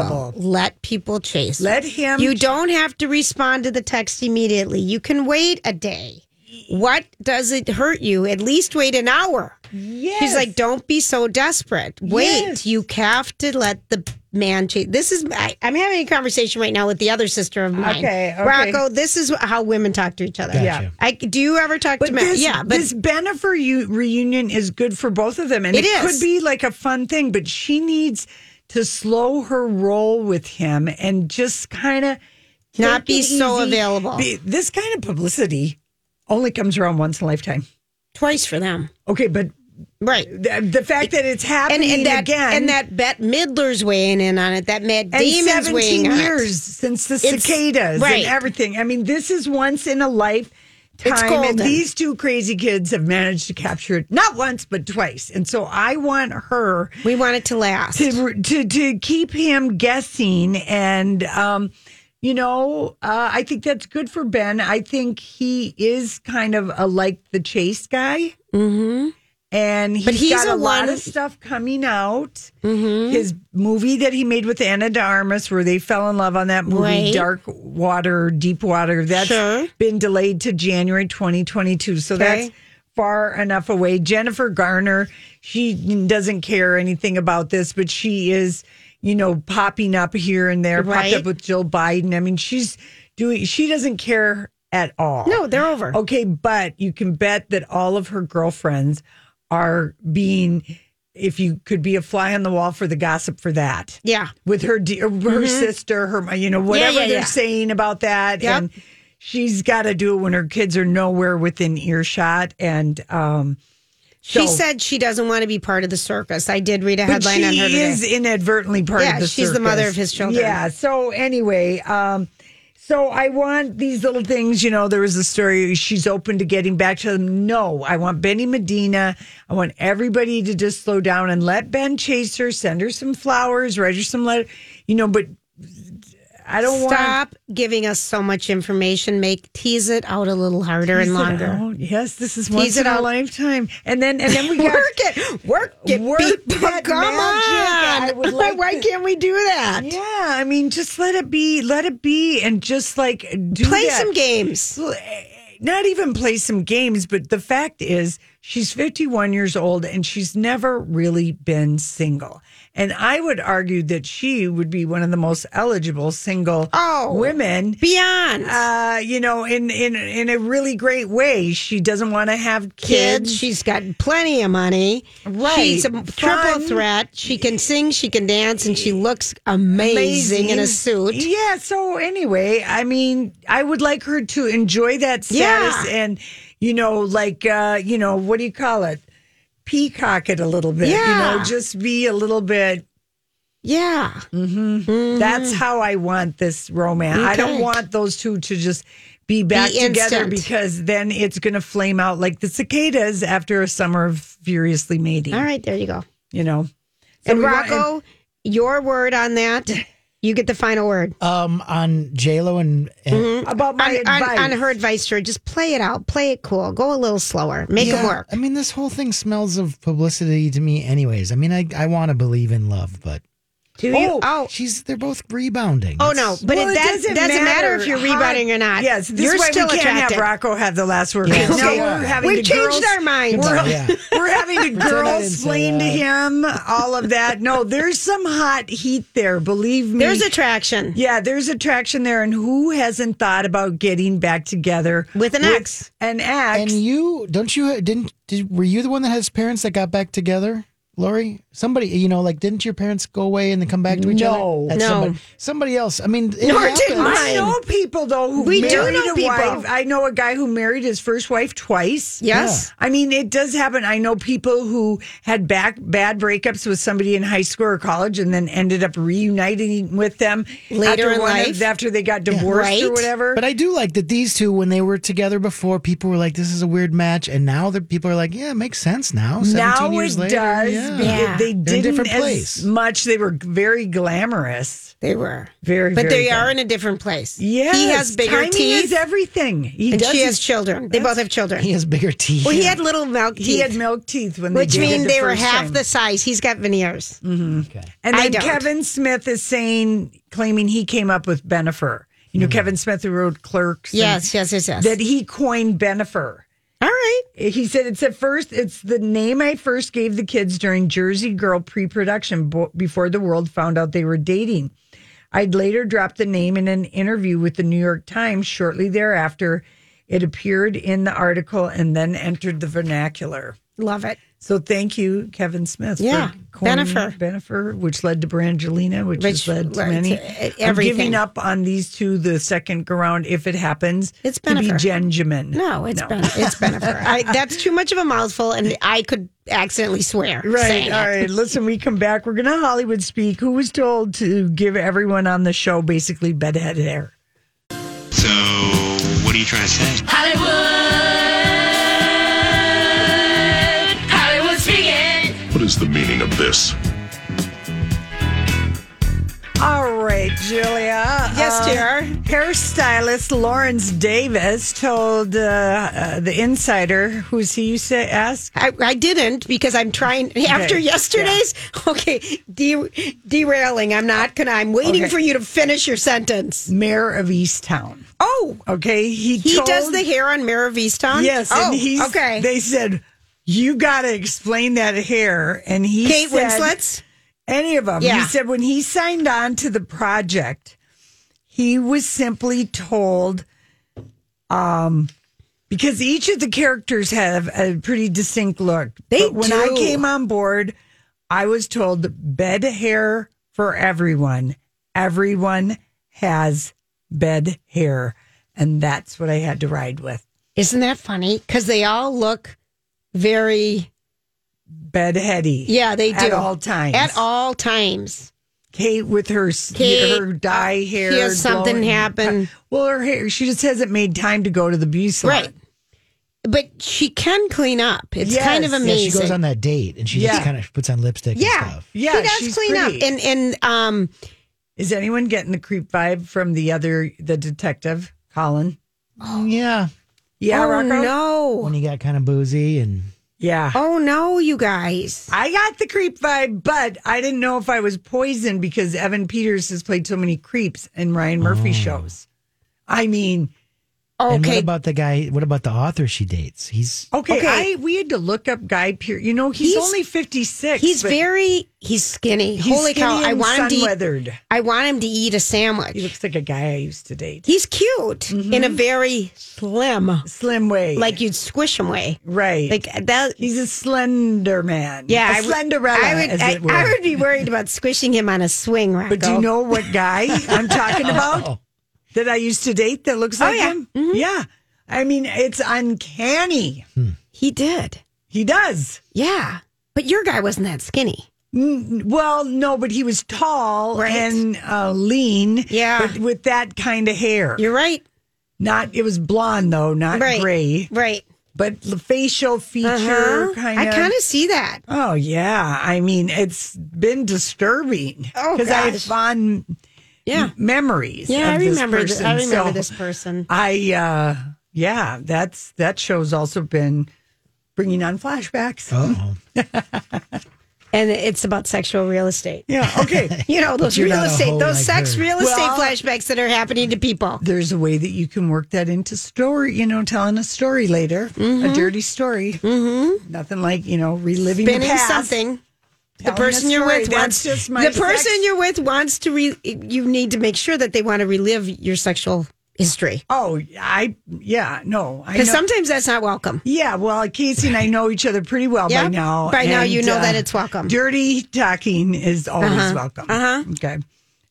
[SPEAKER 3] Available.
[SPEAKER 4] Let people chase.
[SPEAKER 3] Let him.
[SPEAKER 4] You don't have to respond to the text immediately. You can wait a day. What does it hurt you? At least wait an hour.
[SPEAKER 3] Yes.
[SPEAKER 4] She's like, don't be so desperate. Wait,
[SPEAKER 3] Yes.
[SPEAKER 4] you have to let the man change. This is, I, I'm having a conversation right now with the other sister of mine.
[SPEAKER 3] Okay, okay.
[SPEAKER 4] Rocco, this is how women talk to each other.
[SPEAKER 3] Yeah.
[SPEAKER 4] I, do you ever talk
[SPEAKER 3] But
[SPEAKER 4] to men?
[SPEAKER 3] this,
[SPEAKER 4] yeah, but
[SPEAKER 3] this Benefer u- reunion is good for both of them, and
[SPEAKER 4] It
[SPEAKER 3] it,
[SPEAKER 4] is.
[SPEAKER 3] could be like a fun thing. But she needs to slow her roll with him and just kind of
[SPEAKER 4] Not be so available.
[SPEAKER 3] This kind of publicity only comes around once in a lifetime.
[SPEAKER 4] twice for them.
[SPEAKER 3] Okay, but
[SPEAKER 4] Right.
[SPEAKER 3] the, the fact that it's
[SPEAKER 4] And,
[SPEAKER 3] happening
[SPEAKER 4] and that
[SPEAKER 3] again
[SPEAKER 4] and that Bette Midler's weighing in on it. That Matt
[SPEAKER 3] and
[SPEAKER 4] Damon's weighing
[SPEAKER 3] 17
[SPEAKER 4] in on it.
[SPEAKER 3] years since the
[SPEAKER 4] It's-
[SPEAKER 3] cicadas
[SPEAKER 4] right.
[SPEAKER 3] and everything. I mean, this is once in a lifetime.
[SPEAKER 4] golden.
[SPEAKER 3] And these two crazy kids have managed to capture it not once, but twice. And so I want her
[SPEAKER 4] We want it to last.
[SPEAKER 3] to to to keep him guessing and um you know uh, i think that's good for ben i think he is kind of a like the chase guy mm-hmm. and
[SPEAKER 4] But
[SPEAKER 3] he's
[SPEAKER 4] he's
[SPEAKER 3] got a,
[SPEAKER 4] a
[SPEAKER 3] lot
[SPEAKER 4] one-
[SPEAKER 3] of Mm-hmm. stuff coming out his movie that he made with anna de armas where they fell in love on that movie
[SPEAKER 4] Right.
[SPEAKER 3] dark water deep water That's
[SPEAKER 4] Sure.
[SPEAKER 3] been delayed to january 2022 so
[SPEAKER 4] Okay.
[SPEAKER 3] that's far enough away. Jennifer Garner, she doesn't care anything about this, but she is, you know, popping up here and there,
[SPEAKER 4] Right.
[SPEAKER 3] popped up with Jill Biden. I mean, she's doing, she doesn't care at all.
[SPEAKER 4] no, they're over.
[SPEAKER 3] Okay, but you can bet that all of her girlfriends are being, if you could be a fly on the wall for the gossip for that
[SPEAKER 4] Yeah.
[SPEAKER 3] with her de- her sister, her you know whatever
[SPEAKER 4] Mm-hmm. yeah,
[SPEAKER 3] they're
[SPEAKER 4] yeah.
[SPEAKER 3] saying about that,
[SPEAKER 4] Yep.
[SPEAKER 3] and she's got to do it when her kids are nowhere within earshot. And um,
[SPEAKER 4] She
[SPEAKER 3] So-
[SPEAKER 4] said she doesn't want to be part of the circus. I did read a
[SPEAKER 3] but
[SPEAKER 4] headline
[SPEAKER 3] she
[SPEAKER 4] on her today.
[SPEAKER 3] is inadvertently part
[SPEAKER 4] Yeah,
[SPEAKER 3] of the.
[SPEAKER 4] she's the mother
[SPEAKER 3] circus.
[SPEAKER 4] of his children.
[SPEAKER 3] Yeah. So anyway, um, So I want these little things, you know, there was a story she's open to getting back to them. No, I want Benny Medina. I want everybody to just slow down and let Ben chase her, send her some flowers, write her some letter, you know, but I don't want
[SPEAKER 4] Stop giving us so much information. Make tease it out a little harder and
[SPEAKER 3] Tease it
[SPEAKER 4] longer.
[SPEAKER 3] out. Yes, this is once
[SPEAKER 4] it
[SPEAKER 3] in a
[SPEAKER 4] out.
[SPEAKER 3] lifetime. And then and then we got
[SPEAKER 4] Work it, work it,
[SPEAKER 3] Work
[SPEAKER 4] people.
[SPEAKER 3] that
[SPEAKER 4] Come
[SPEAKER 3] magic. I would
[SPEAKER 4] on.
[SPEAKER 3] like
[SPEAKER 4] Why
[SPEAKER 3] to-
[SPEAKER 4] can't we do that?
[SPEAKER 3] Yeah, I mean, just let it be, let it be, and just like do
[SPEAKER 4] Play
[SPEAKER 3] that. eh,
[SPEAKER 4] some games.
[SPEAKER 3] Not even play some games, but the fact is, she's 51 years old and she's never really been single. And I would argue that she would be one of the most eligible single
[SPEAKER 4] Oh.
[SPEAKER 3] women
[SPEAKER 4] Beyond
[SPEAKER 3] uh, you know, in in in a really great way. She doesn't want to have
[SPEAKER 4] kids,
[SPEAKER 3] kids.
[SPEAKER 4] she's got plenty of money.
[SPEAKER 3] Right.
[SPEAKER 4] She's a
[SPEAKER 3] Fun.
[SPEAKER 4] triple threat. She can sing, she can dance, and she looks amazing, in a suit.
[SPEAKER 3] Yeah. So anyway, I mean, I would like her to enjoy that status
[SPEAKER 4] Yeah.
[SPEAKER 3] and, you know, like, uh, you know, what do you call it? Peacock it a little bit. You know,
[SPEAKER 4] Yeah.
[SPEAKER 3] just be a little bit.
[SPEAKER 4] Yeah.
[SPEAKER 3] That's how I want this romance. I don't
[SPEAKER 4] Mm-hmm. Okay.
[SPEAKER 3] want those two to just be back together
[SPEAKER 4] instant.
[SPEAKER 3] because then it's going to flame out like the cicadas after a summer of furiously mating.
[SPEAKER 4] All right, there you go.
[SPEAKER 3] You know. So
[SPEAKER 4] and
[SPEAKER 3] we want-
[SPEAKER 4] Rocco, your word on that. You get the final word.
[SPEAKER 2] Um, on J Lo and, and
[SPEAKER 4] Mm-hmm.
[SPEAKER 3] about my
[SPEAKER 4] on, on-
[SPEAKER 3] advice.
[SPEAKER 4] on her advice to her, just play it out, play it cool, go a little slower, make
[SPEAKER 2] Yeah,
[SPEAKER 4] it work.
[SPEAKER 2] I mean, this whole thing smells of publicity to me, anyways. I mean, I, I want to believe in love, but
[SPEAKER 4] Do you?
[SPEAKER 2] oh,
[SPEAKER 4] Oh,
[SPEAKER 2] she's they're both rebounding.
[SPEAKER 4] oh no, but
[SPEAKER 3] Well,
[SPEAKER 4] it, that, doesn't, matter, if you're
[SPEAKER 3] how-
[SPEAKER 4] rebounding or not.
[SPEAKER 3] Yes, this
[SPEAKER 4] you're
[SPEAKER 3] is why
[SPEAKER 4] still
[SPEAKER 3] we can't
[SPEAKER 4] attracted.
[SPEAKER 3] have Rocco have the last word.
[SPEAKER 2] Yeah.
[SPEAKER 3] because
[SPEAKER 2] No,
[SPEAKER 3] now we're
[SPEAKER 2] yeah.
[SPEAKER 3] having
[SPEAKER 4] We've
[SPEAKER 3] to
[SPEAKER 4] changed
[SPEAKER 3] girls-
[SPEAKER 4] our minds.
[SPEAKER 3] We're,
[SPEAKER 2] Yeah.
[SPEAKER 3] we're having to
[SPEAKER 2] Turn that
[SPEAKER 3] girls
[SPEAKER 2] into uh,
[SPEAKER 3] explain to
[SPEAKER 2] that.
[SPEAKER 3] him all of that. No, there's some hot heat there. Believe me.
[SPEAKER 4] There's attraction.
[SPEAKER 3] yeah, there's attraction there, and who hasn't thought about getting back together
[SPEAKER 4] With an ex.
[SPEAKER 3] An ex.
[SPEAKER 2] And you don't you didn't did, were you the one that has parents that got back together, Lori? Somebody you know like didn't your parents go away and then come back to each other?
[SPEAKER 3] No.
[SPEAKER 2] That's
[SPEAKER 4] No.
[SPEAKER 2] somebody, somebody else. I mean, it
[SPEAKER 4] Nor
[SPEAKER 2] happens.
[SPEAKER 4] did
[SPEAKER 3] I
[SPEAKER 4] mine.
[SPEAKER 3] know people though who
[SPEAKER 4] We do
[SPEAKER 3] married
[SPEAKER 4] know
[SPEAKER 3] a
[SPEAKER 4] people.
[SPEAKER 3] wife. I know a guy who married his first wife twice.
[SPEAKER 4] Yes.
[SPEAKER 3] I mean, it does happen. I know people who had back bad breakups with somebody in high school or college, and then ended up reuniting with them
[SPEAKER 4] Later
[SPEAKER 3] after
[SPEAKER 4] in
[SPEAKER 3] one of-
[SPEAKER 4] life.
[SPEAKER 3] after they got divorced or
[SPEAKER 4] Right.
[SPEAKER 3] whatever.
[SPEAKER 2] But I do like that these two, when they were together before, people were like, "This is a weird match," and now the people are like, "Yeah, it makes sense now."
[SPEAKER 3] now
[SPEAKER 2] Seventeen
[SPEAKER 3] it
[SPEAKER 2] years
[SPEAKER 3] does.
[SPEAKER 2] later,
[SPEAKER 3] because
[SPEAKER 2] yeah.
[SPEAKER 4] Yeah.
[SPEAKER 3] They
[SPEAKER 2] They're in a
[SPEAKER 3] didn't
[SPEAKER 2] different
[SPEAKER 3] as
[SPEAKER 2] place.
[SPEAKER 3] much. They were very glamorous.
[SPEAKER 4] They were
[SPEAKER 3] Very,
[SPEAKER 4] but
[SPEAKER 3] very
[SPEAKER 4] they
[SPEAKER 3] glamorous.
[SPEAKER 4] are in a different place.
[SPEAKER 3] Yes,
[SPEAKER 4] he has bigger
[SPEAKER 3] timing Is
[SPEAKER 4] teeth,
[SPEAKER 3] everything. He
[SPEAKER 4] and
[SPEAKER 3] does
[SPEAKER 4] she
[SPEAKER 3] his-
[SPEAKER 4] has children. They both have children.
[SPEAKER 2] he has bigger teeth.
[SPEAKER 4] well, he had little milk teeth,
[SPEAKER 3] He had milk teeth when
[SPEAKER 4] which
[SPEAKER 3] they dated
[SPEAKER 4] mean
[SPEAKER 3] the
[SPEAKER 4] they were
[SPEAKER 3] first
[SPEAKER 4] half
[SPEAKER 3] time.
[SPEAKER 4] the size. He's got veneers.
[SPEAKER 3] And
[SPEAKER 4] I
[SPEAKER 3] then
[SPEAKER 4] don't.
[SPEAKER 3] Kevin Smith is saying, claiming he came up with Benifer. You know, Kevin Smith who wrote Clerks. and-
[SPEAKER 4] Mm-hmm. Yes, yes, yes, yes.
[SPEAKER 3] That he coined Benifer.
[SPEAKER 4] All right.
[SPEAKER 3] He said it's at first, it's the name I first gave the kids during Jersey Girl pre production bo- before the world found out they were dating. I'd later dropped the name in an interview with the New York Times shortly thereafter. It appeared in the article and then entered the vernacular.
[SPEAKER 4] Love it.
[SPEAKER 3] So thank you, Kevin Smith.
[SPEAKER 4] Yeah,
[SPEAKER 3] for coining
[SPEAKER 4] Bennifer.
[SPEAKER 3] Bennifer, which led to Brangelina, which,
[SPEAKER 4] Which
[SPEAKER 3] has led to
[SPEAKER 4] led
[SPEAKER 3] many.
[SPEAKER 4] to e-
[SPEAKER 3] I'm
[SPEAKER 4] everything.
[SPEAKER 3] giving up on these two the second go round if it happens.
[SPEAKER 4] It's
[SPEAKER 3] to be
[SPEAKER 4] Bennifer.
[SPEAKER 3] Genjamin.
[SPEAKER 4] No, it's Ben. It's Benifer. I, that's too much of a mouthful, and I could accidentally swear.
[SPEAKER 3] Right.
[SPEAKER 4] saying
[SPEAKER 3] All
[SPEAKER 4] it.
[SPEAKER 3] right. Listen, we come back. We're gonna Hollywood speak. Who was told to give everyone on the show basically bedhead hair?
[SPEAKER 7] So, what are you trying to say?
[SPEAKER 8] What is the meaning of this?
[SPEAKER 3] All right, Julia.
[SPEAKER 4] Yes,
[SPEAKER 3] Um,
[SPEAKER 4] dear.
[SPEAKER 3] Hairstylist Lawrence Davis told uh, uh, the Insider, who's he? You say asked.
[SPEAKER 4] I, I didn't because I'm trying after yesterday's. Okay, de- derailing. I'm not gonna. I'm waiting
[SPEAKER 3] Okay.
[SPEAKER 4] for you to finish your sentence.
[SPEAKER 3] mayor of Easttown.
[SPEAKER 4] Oh,
[SPEAKER 3] Okay, he
[SPEAKER 4] he
[SPEAKER 3] told-
[SPEAKER 4] does the hair on Mare of Easttown.
[SPEAKER 3] yes,
[SPEAKER 4] Oh,
[SPEAKER 3] and he's
[SPEAKER 4] okay.
[SPEAKER 3] They said you got to explain that hair, and he
[SPEAKER 4] Kate
[SPEAKER 3] said,
[SPEAKER 4] Winslet's.
[SPEAKER 3] any of them. He
[SPEAKER 4] Yeah.
[SPEAKER 3] said when he signed on to the project, he was simply told, um, because each of the characters have a pretty distinct look.
[SPEAKER 4] They
[SPEAKER 3] but when I
[SPEAKER 4] do.
[SPEAKER 3] came on board, I was told bed hair for everyone. Everyone has bed hair, and that's what I had to ride with.
[SPEAKER 4] Isn't that funny? Because they all look very.
[SPEAKER 3] Bed heady.
[SPEAKER 4] Yeah, they do
[SPEAKER 3] at all times.
[SPEAKER 4] At all times.
[SPEAKER 3] Kate with her s-
[SPEAKER 4] Kate,
[SPEAKER 3] her dye hair.
[SPEAKER 4] here's something happened.
[SPEAKER 3] well, her hair. She just hasn't made time to go to the beauty salon.
[SPEAKER 4] Right. But she can clean up. It's kind of
[SPEAKER 3] Yes.
[SPEAKER 4] amazing.
[SPEAKER 2] Yeah, she goes on that date and she
[SPEAKER 3] Yeah.
[SPEAKER 2] just kind of puts on lipstick and
[SPEAKER 4] Yeah,
[SPEAKER 2] stuff.
[SPEAKER 3] Yeah,
[SPEAKER 4] she does
[SPEAKER 3] she's
[SPEAKER 4] clean
[SPEAKER 3] pretty.
[SPEAKER 4] up, and and um,
[SPEAKER 3] Is anyone getting the creep vibe from the other the detective Colin?
[SPEAKER 2] Yeah.
[SPEAKER 3] Yeah,
[SPEAKER 4] oh
[SPEAKER 3] Rocco?
[SPEAKER 4] no,
[SPEAKER 2] When he got kind of boozy and
[SPEAKER 3] Yeah.
[SPEAKER 4] oh no, you guys,
[SPEAKER 3] I got the creep vibe, but I didn't know if I was poisoned because Evan Peters has played so many creeps in Ryan Murphy shows. I mean,
[SPEAKER 2] And what
[SPEAKER 4] okay,
[SPEAKER 2] about the guy? What about the author she dates? He's
[SPEAKER 3] okay,
[SPEAKER 4] Okay.
[SPEAKER 3] I we had to look up Guy Pierce. You know, he's,
[SPEAKER 4] He's-
[SPEAKER 3] only fifty six.
[SPEAKER 4] he's very he's skinny. Holy cow, I want him to eat,
[SPEAKER 3] weathered.
[SPEAKER 4] I want him to eat a
[SPEAKER 3] He
[SPEAKER 4] sandwich.
[SPEAKER 3] looks like a guy I used to date.
[SPEAKER 4] He's cute in a very slim,
[SPEAKER 3] Slim way,
[SPEAKER 4] like you'd squish him way,
[SPEAKER 3] right?
[SPEAKER 4] like that.
[SPEAKER 3] he's a slender man.
[SPEAKER 4] Yeah,
[SPEAKER 3] a
[SPEAKER 4] I would-
[SPEAKER 3] slenderella.
[SPEAKER 4] I would,
[SPEAKER 3] as
[SPEAKER 4] I,
[SPEAKER 3] it were.
[SPEAKER 4] I would be worried about squishing him on a swing, Rocco.
[SPEAKER 3] But do you know what guy I'm talking about that I used to date that looks
[SPEAKER 4] Oh,
[SPEAKER 3] like
[SPEAKER 4] yeah.
[SPEAKER 3] him? Yeah. I mean, it's uncanny.
[SPEAKER 4] he did?
[SPEAKER 3] He does.
[SPEAKER 4] Yeah, but your guy wasn't that skinny.
[SPEAKER 3] Mm, Well, no, but he was tall
[SPEAKER 4] Right.
[SPEAKER 3] and uh, lean.
[SPEAKER 4] Yeah.
[SPEAKER 3] But with that kind of hair.
[SPEAKER 4] You're right,
[SPEAKER 3] not, it was blonde though, not
[SPEAKER 4] Right.
[SPEAKER 3] gray.
[SPEAKER 4] right?
[SPEAKER 3] But the facial feature
[SPEAKER 4] Uh-huh.
[SPEAKER 3] kind of.
[SPEAKER 4] I kind of see that.
[SPEAKER 3] Oh yeah, I mean it's been disturbing.
[SPEAKER 4] Oh,
[SPEAKER 3] because I have
[SPEAKER 4] gosh.
[SPEAKER 3] fond
[SPEAKER 4] Yeah.
[SPEAKER 3] memories.
[SPEAKER 4] Yeah, I
[SPEAKER 3] Mm, of this
[SPEAKER 4] remember. th-
[SPEAKER 3] person.
[SPEAKER 4] I remember
[SPEAKER 3] So
[SPEAKER 4] this person.
[SPEAKER 3] I uh yeah, that's that show's also been bringing on flashbacks.
[SPEAKER 2] oh,
[SPEAKER 4] And it's about sexual real estate.
[SPEAKER 3] Yeah, okay.
[SPEAKER 4] You know those
[SPEAKER 2] you're
[SPEAKER 4] real
[SPEAKER 2] not a
[SPEAKER 4] estate,
[SPEAKER 2] hoe
[SPEAKER 4] those
[SPEAKER 2] like
[SPEAKER 4] sex
[SPEAKER 2] her.
[SPEAKER 4] real estate
[SPEAKER 3] Well-
[SPEAKER 4] flashbacks that are happening to people.
[SPEAKER 3] There's a way that you can work that into story, you know, telling a story later, a dirty story. Mm-hmm. Nothing like, you know, reliving the
[SPEAKER 4] Spinning
[SPEAKER 3] past.
[SPEAKER 4] something. The
[SPEAKER 3] Telling a
[SPEAKER 4] person you're
[SPEAKER 3] story.
[SPEAKER 4] with
[SPEAKER 3] That's
[SPEAKER 4] wants
[SPEAKER 3] just my
[SPEAKER 4] the person
[SPEAKER 3] sex-
[SPEAKER 4] you're with wants to re. You need to make sure that they want to relive your sexual history
[SPEAKER 3] Oh, I, yeah, no. I know.
[SPEAKER 4] because sometimes that's not welcome.
[SPEAKER 3] Yeah, well, Casey and I know each other pretty well by
[SPEAKER 4] Yeah,
[SPEAKER 3] now.
[SPEAKER 4] by
[SPEAKER 3] and,
[SPEAKER 4] now
[SPEAKER 3] uh,
[SPEAKER 4] you know that it's welcome.
[SPEAKER 3] Dirty talking is always
[SPEAKER 4] Uh-huh,
[SPEAKER 3] welcome.
[SPEAKER 4] uh-huh.
[SPEAKER 3] Okay.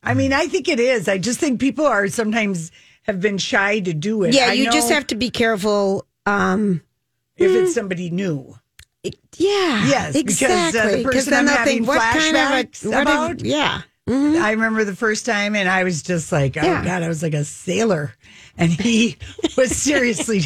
[SPEAKER 3] I mean, I think it is. I just think people are sometimes have been shy to do it.
[SPEAKER 4] Yeah,
[SPEAKER 3] I
[SPEAKER 4] you just
[SPEAKER 3] know
[SPEAKER 4] have to be careful. Um,
[SPEAKER 3] if it's somebody new.
[SPEAKER 4] it- yeah,
[SPEAKER 3] Yes, because, uh, the
[SPEAKER 4] exactly.
[SPEAKER 3] person
[SPEAKER 4] then
[SPEAKER 3] I'm
[SPEAKER 4] they'll
[SPEAKER 3] having
[SPEAKER 4] think, what kind
[SPEAKER 3] flashbacks
[SPEAKER 4] of a, what a-
[SPEAKER 3] about?
[SPEAKER 4] yeah.
[SPEAKER 3] I remember the first time, and I was just like, oh
[SPEAKER 4] Mm-hmm. Yeah.
[SPEAKER 3] god, I was like a sailor, and he was seriously,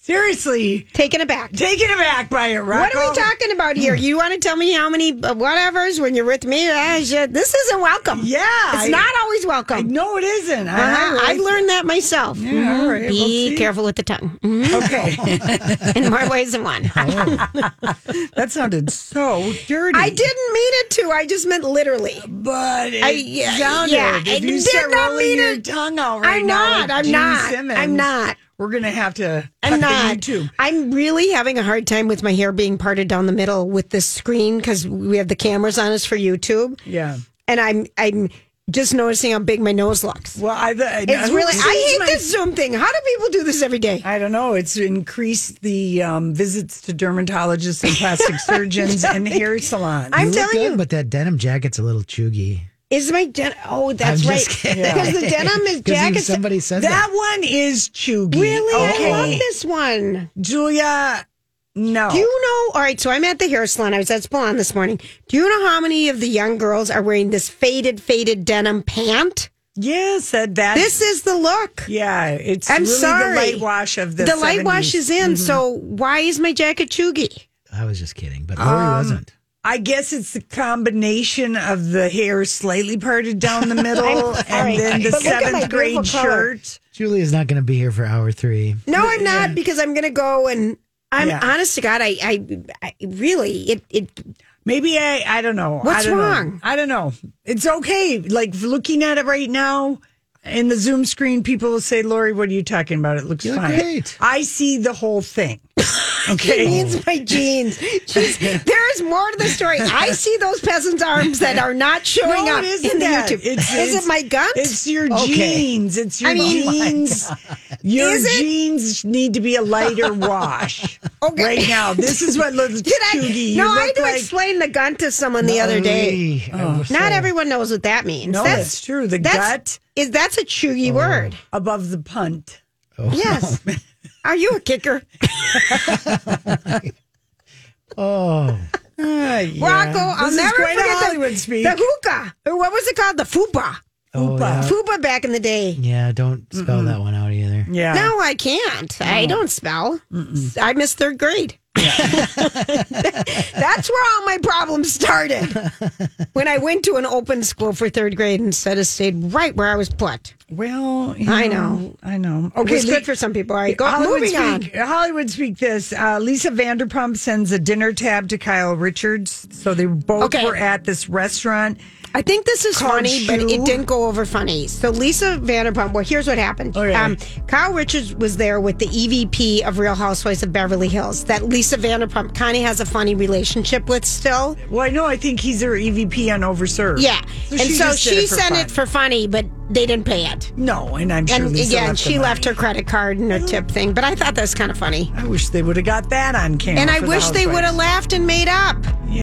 [SPEAKER 3] seriously
[SPEAKER 4] Taken aback.
[SPEAKER 3] taken aback by it.
[SPEAKER 4] What
[SPEAKER 3] Rocco.
[SPEAKER 4] are we talking about here? You want to tell me how many uh, whatevers when you're with me? Ah, shit, this isn't welcome.
[SPEAKER 3] Yeah,
[SPEAKER 4] It's
[SPEAKER 3] I-
[SPEAKER 4] not always
[SPEAKER 3] I-
[SPEAKER 4] welcome.
[SPEAKER 3] no, it isn't. I-
[SPEAKER 4] Uh-huh, I learned that myself. Mhm.
[SPEAKER 3] all right, well,
[SPEAKER 4] Be
[SPEAKER 3] see.
[SPEAKER 4] careful with the tongue. Mhm.
[SPEAKER 3] Okay,
[SPEAKER 4] In more ways than one.
[SPEAKER 3] that sounded so dirty.
[SPEAKER 4] I didn't mean it to. I just meant literally.
[SPEAKER 3] but it
[SPEAKER 4] I- yeah,
[SPEAKER 3] sounded.
[SPEAKER 4] yeah,
[SPEAKER 3] if
[SPEAKER 4] I
[SPEAKER 3] you
[SPEAKER 4] did
[SPEAKER 3] start
[SPEAKER 4] not
[SPEAKER 3] rolling
[SPEAKER 4] mean
[SPEAKER 3] your
[SPEAKER 4] it.
[SPEAKER 3] tongue out right
[SPEAKER 4] I'm
[SPEAKER 3] now,
[SPEAKER 4] not.
[SPEAKER 3] like
[SPEAKER 4] I'm
[SPEAKER 3] Gene
[SPEAKER 4] not.
[SPEAKER 3] Simmons,
[SPEAKER 4] I'm not.
[SPEAKER 3] We're gonna have to. cut the
[SPEAKER 4] I'm not.
[SPEAKER 3] YouTube.
[SPEAKER 4] I'm really having a hard time with my hair being parted down the middle with this screen because we have the cameras on us for YouTube,
[SPEAKER 3] Yeah.
[SPEAKER 4] and I'm I'm just noticing how big my nose looks.
[SPEAKER 3] Well, I.
[SPEAKER 4] It's really. I hate
[SPEAKER 3] my
[SPEAKER 4] this Zoom thing. How do people do this every day?
[SPEAKER 3] I don't know. It's increased the um, visits to dermatologists and plastic surgeons and hair salons.
[SPEAKER 4] I'm
[SPEAKER 2] You look
[SPEAKER 4] telling
[SPEAKER 2] good,
[SPEAKER 4] you,
[SPEAKER 2] but that denim jacket's a little chuggy.
[SPEAKER 4] is my den? Oh, that's
[SPEAKER 2] I'm
[SPEAKER 4] right.
[SPEAKER 2] just kidding.
[SPEAKER 4] Because the denim is
[SPEAKER 2] 'Cause you-
[SPEAKER 4] Um, jackets.
[SPEAKER 2] Somebody says that.
[SPEAKER 3] that one is chuggy.
[SPEAKER 4] really,
[SPEAKER 3] Okay.
[SPEAKER 4] I love this one.
[SPEAKER 3] Julia, no.
[SPEAKER 4] Do you know? All right, so I'm at the hair salon. I was at salon this morning. Do you know how many of the young girls are wearing this faded, faded denim pant?
[SPEAKER 3] yeah, said that.
[SPEAKER 4] This is the look.
[SPEAKER 3] yeah, it's
[SPEAKER 4] I'm
[SPEAKER 3] really
[SPEAKER 4] sorry.
[SPEAKER 3] the light wash of the
[SPEAKER 4] The Mm-hmm. light wash
[SPEAKER 3] 70s.
[SPEAKER 4] is in. So why is my jacket chuggy?
[SPEAKER 2] I was just kidding, but Lori
[SPEAKER 4] Um,
[SPEAKER 2] wasn't.
[SPEAKER 3] I guess it's the combination of the hair slightly parted down the middle and
[SPEAKER 4] sorry.
[SPEAKER 3] then the
[SPEAKER 4] But look at my
[SPEAKER 3] seventh grade
[SPEAKER 4] beautiful color.
[SPEAKER 3] shirt.
[SPEAKER 2] Julia's not going to be here for hour three.
[SPEAKER 4] No, I'm not because I'm going to go and I'm
[SPEAKER 3] Yeah.
[SPEAKER 4] honest to God. I, I, I really it it
[SPEAKER 3] Maybe I I don't know.
[SPEAKER 4] What's
[SPEAKER 3] I don't know.
[SPEAKER 4] wrong?
[SPEAKER 3] I don't know. It's okay. Like looking at it right now in the Zoom screen, people will say, Lori, what are you talking about? It looks
[SPEAKER 2] You look
[SPEAKER 3] fine.
[SPEAKER 2] great.
[SPEAKER 3] I see the whole thing. Okay.
[SPEAKER 4] means my jeans. Jeez, there is more to the story. I see those peasants' arms that are not showing
[SPEAKER 3] No,
[SPEAKER 4] up
[SPEAKER 3] it isn't
[SPEAKER 4] in the
[SPEAKER 3] that.
[SPEAKER 4] YouTube.
[SPEAKER 3] It's-
[SPEAKER 4] is
[SPEAKER 3] it's-
[SPEAKER 4] it my gut?
[SPEAKER 3] It's your jeans. It's your
[SPEAKER 4] I mean- Oh my
[SPEAKER 3] jeans. Your
[SPEAKER 4] Is it?
[SPEAKER 3] jeans need to be a lighter wash.
[SPEAKER 4] Okay.
[SPEAKER 3] Right now. This is what looks
[SPEAKER 4] Did I?
[SPEAKER 3] chuggy. You
[SPEAKER 4] no, I
[SPEAKER 3] look
[SPEAKER 4] had to
[SPEAKER 3] like-
[SPEAKER 4] explain the gun to someone the other day. Oh.
[SPEAKER 2] Lori, I was
[SPEAKER 4] Not
[SPEAKER 2] so-
[SPEAKER 4] everyone knows what that means.
[SPEAKER 3] No,
[SPEAKER 4] that's,
[SPEAKER 3] it's true. The
[SPEAKER 4] that's-
[SPEAKER 3] gut Oh.
[SPEAKER 4] is that's a chewy word.
[SPEAKER 3] above the punt.
[SPEAKER 2] Oh,
[SPEAKER 4] Yes. Are you a kicker?
[SPEAKER 2] Oh,
[SPEAKER 3] Ah, yeah.
[SPEAKER 4] Rocco, I'll
[SPEAKER 3] This is
[SPEAKER 4] never
[SPEAKER 3] quite a
[SPEAKER 4] forget
[SPEAKER 3] Hollywood
[SPEAKER 4] the,
[SPEAKER 3] speak.
[SPEAKER 4] the hookah. Or what was it called? The fupa.
[SPEAKER 2] Oh,
[SPEAKER 3] Uh,
[SPEAKER 2] yeah.
[SPEAKER 4] Fupa back in the day.
[SPEAKER 2] Yeah, don't spell that one out either.
[SPEAKER 3] Yeah. Oh.
[SPEAKER 4] No, I can't. I don't spell. I missed third grade. That's where all my problems started. when I went to an open school for third grade instead of stayed right where I was put.
[SPEAKER 3] Well, you
[SPEAKER 4] I know.
[SPEAKER 3] I know.
[SPEAKER 4] Okay, it's
[SPEAKER 3] Le-
[SPEAKER 4] good for some people. All right, go
[SPEAKER 3] Hollywood
[SPEAKER 4] moving on.
[SPEAKER 3] speak, Hollywood speak this. Uh, Lisa Vanderpump sends a dinner tab to Kyle Richards. So they both
[SPEAKER 4] Okay.
[SPEAKER 3] were at this restaurant.
[SPEAKER 4] I think this is
[SPEAKER 3] Called
[SPEAKER 4] funny, but
[SPEAKER 3] Shoe.
[SPEAKER 4] it didn't go over funny. So Lisa Vanderpump. Well, here's what happened. Um,
[SPEAKER 3] Okay.
[SPEAKER 4] Kyle Richards was there with the EVP of Real Housewives of Beverly Hills that Lisa Vanderpump kind of has a funny relationship with still.
[SPEAKER 3] Well, I know. I think he's E her EVP on Overserved.
[SPEAKER 4] Yeah,
[SPEAKER 3] So
[SPEAKER 4] and
[SPEAKER 3] she
[SPEAKER 4] so
[SPEAKER 3] just did
[SPEAKER 4] she
[SPEAKER 3] it for
[SPEAKER 4] sent
[SPEAKER 3] fun.
[SPEAKER 4] it for funny, but they didn't pay it.
[SPEAKER 3] No, and I'm sure
[SPEAKER 4] And
[SPEAKER 3] Lisa
[SPEAKER 4] yeah, and
[SPEAKER 3] left the
[SPEAKER 4] she
[SPEAKER 3] money.
[SPEAKER 4] left her credit card and her tip thing. But I thought that was kind of funny.
[SPEAKER 3] I wish they would have got that on camera.
[SPEAKER 4] And I
[SPEAKER 3] for the
[SPEAKER 4] wish they
[SPEAKER 3] Housewives.
[SPEAKER 4] would have laughed and made up.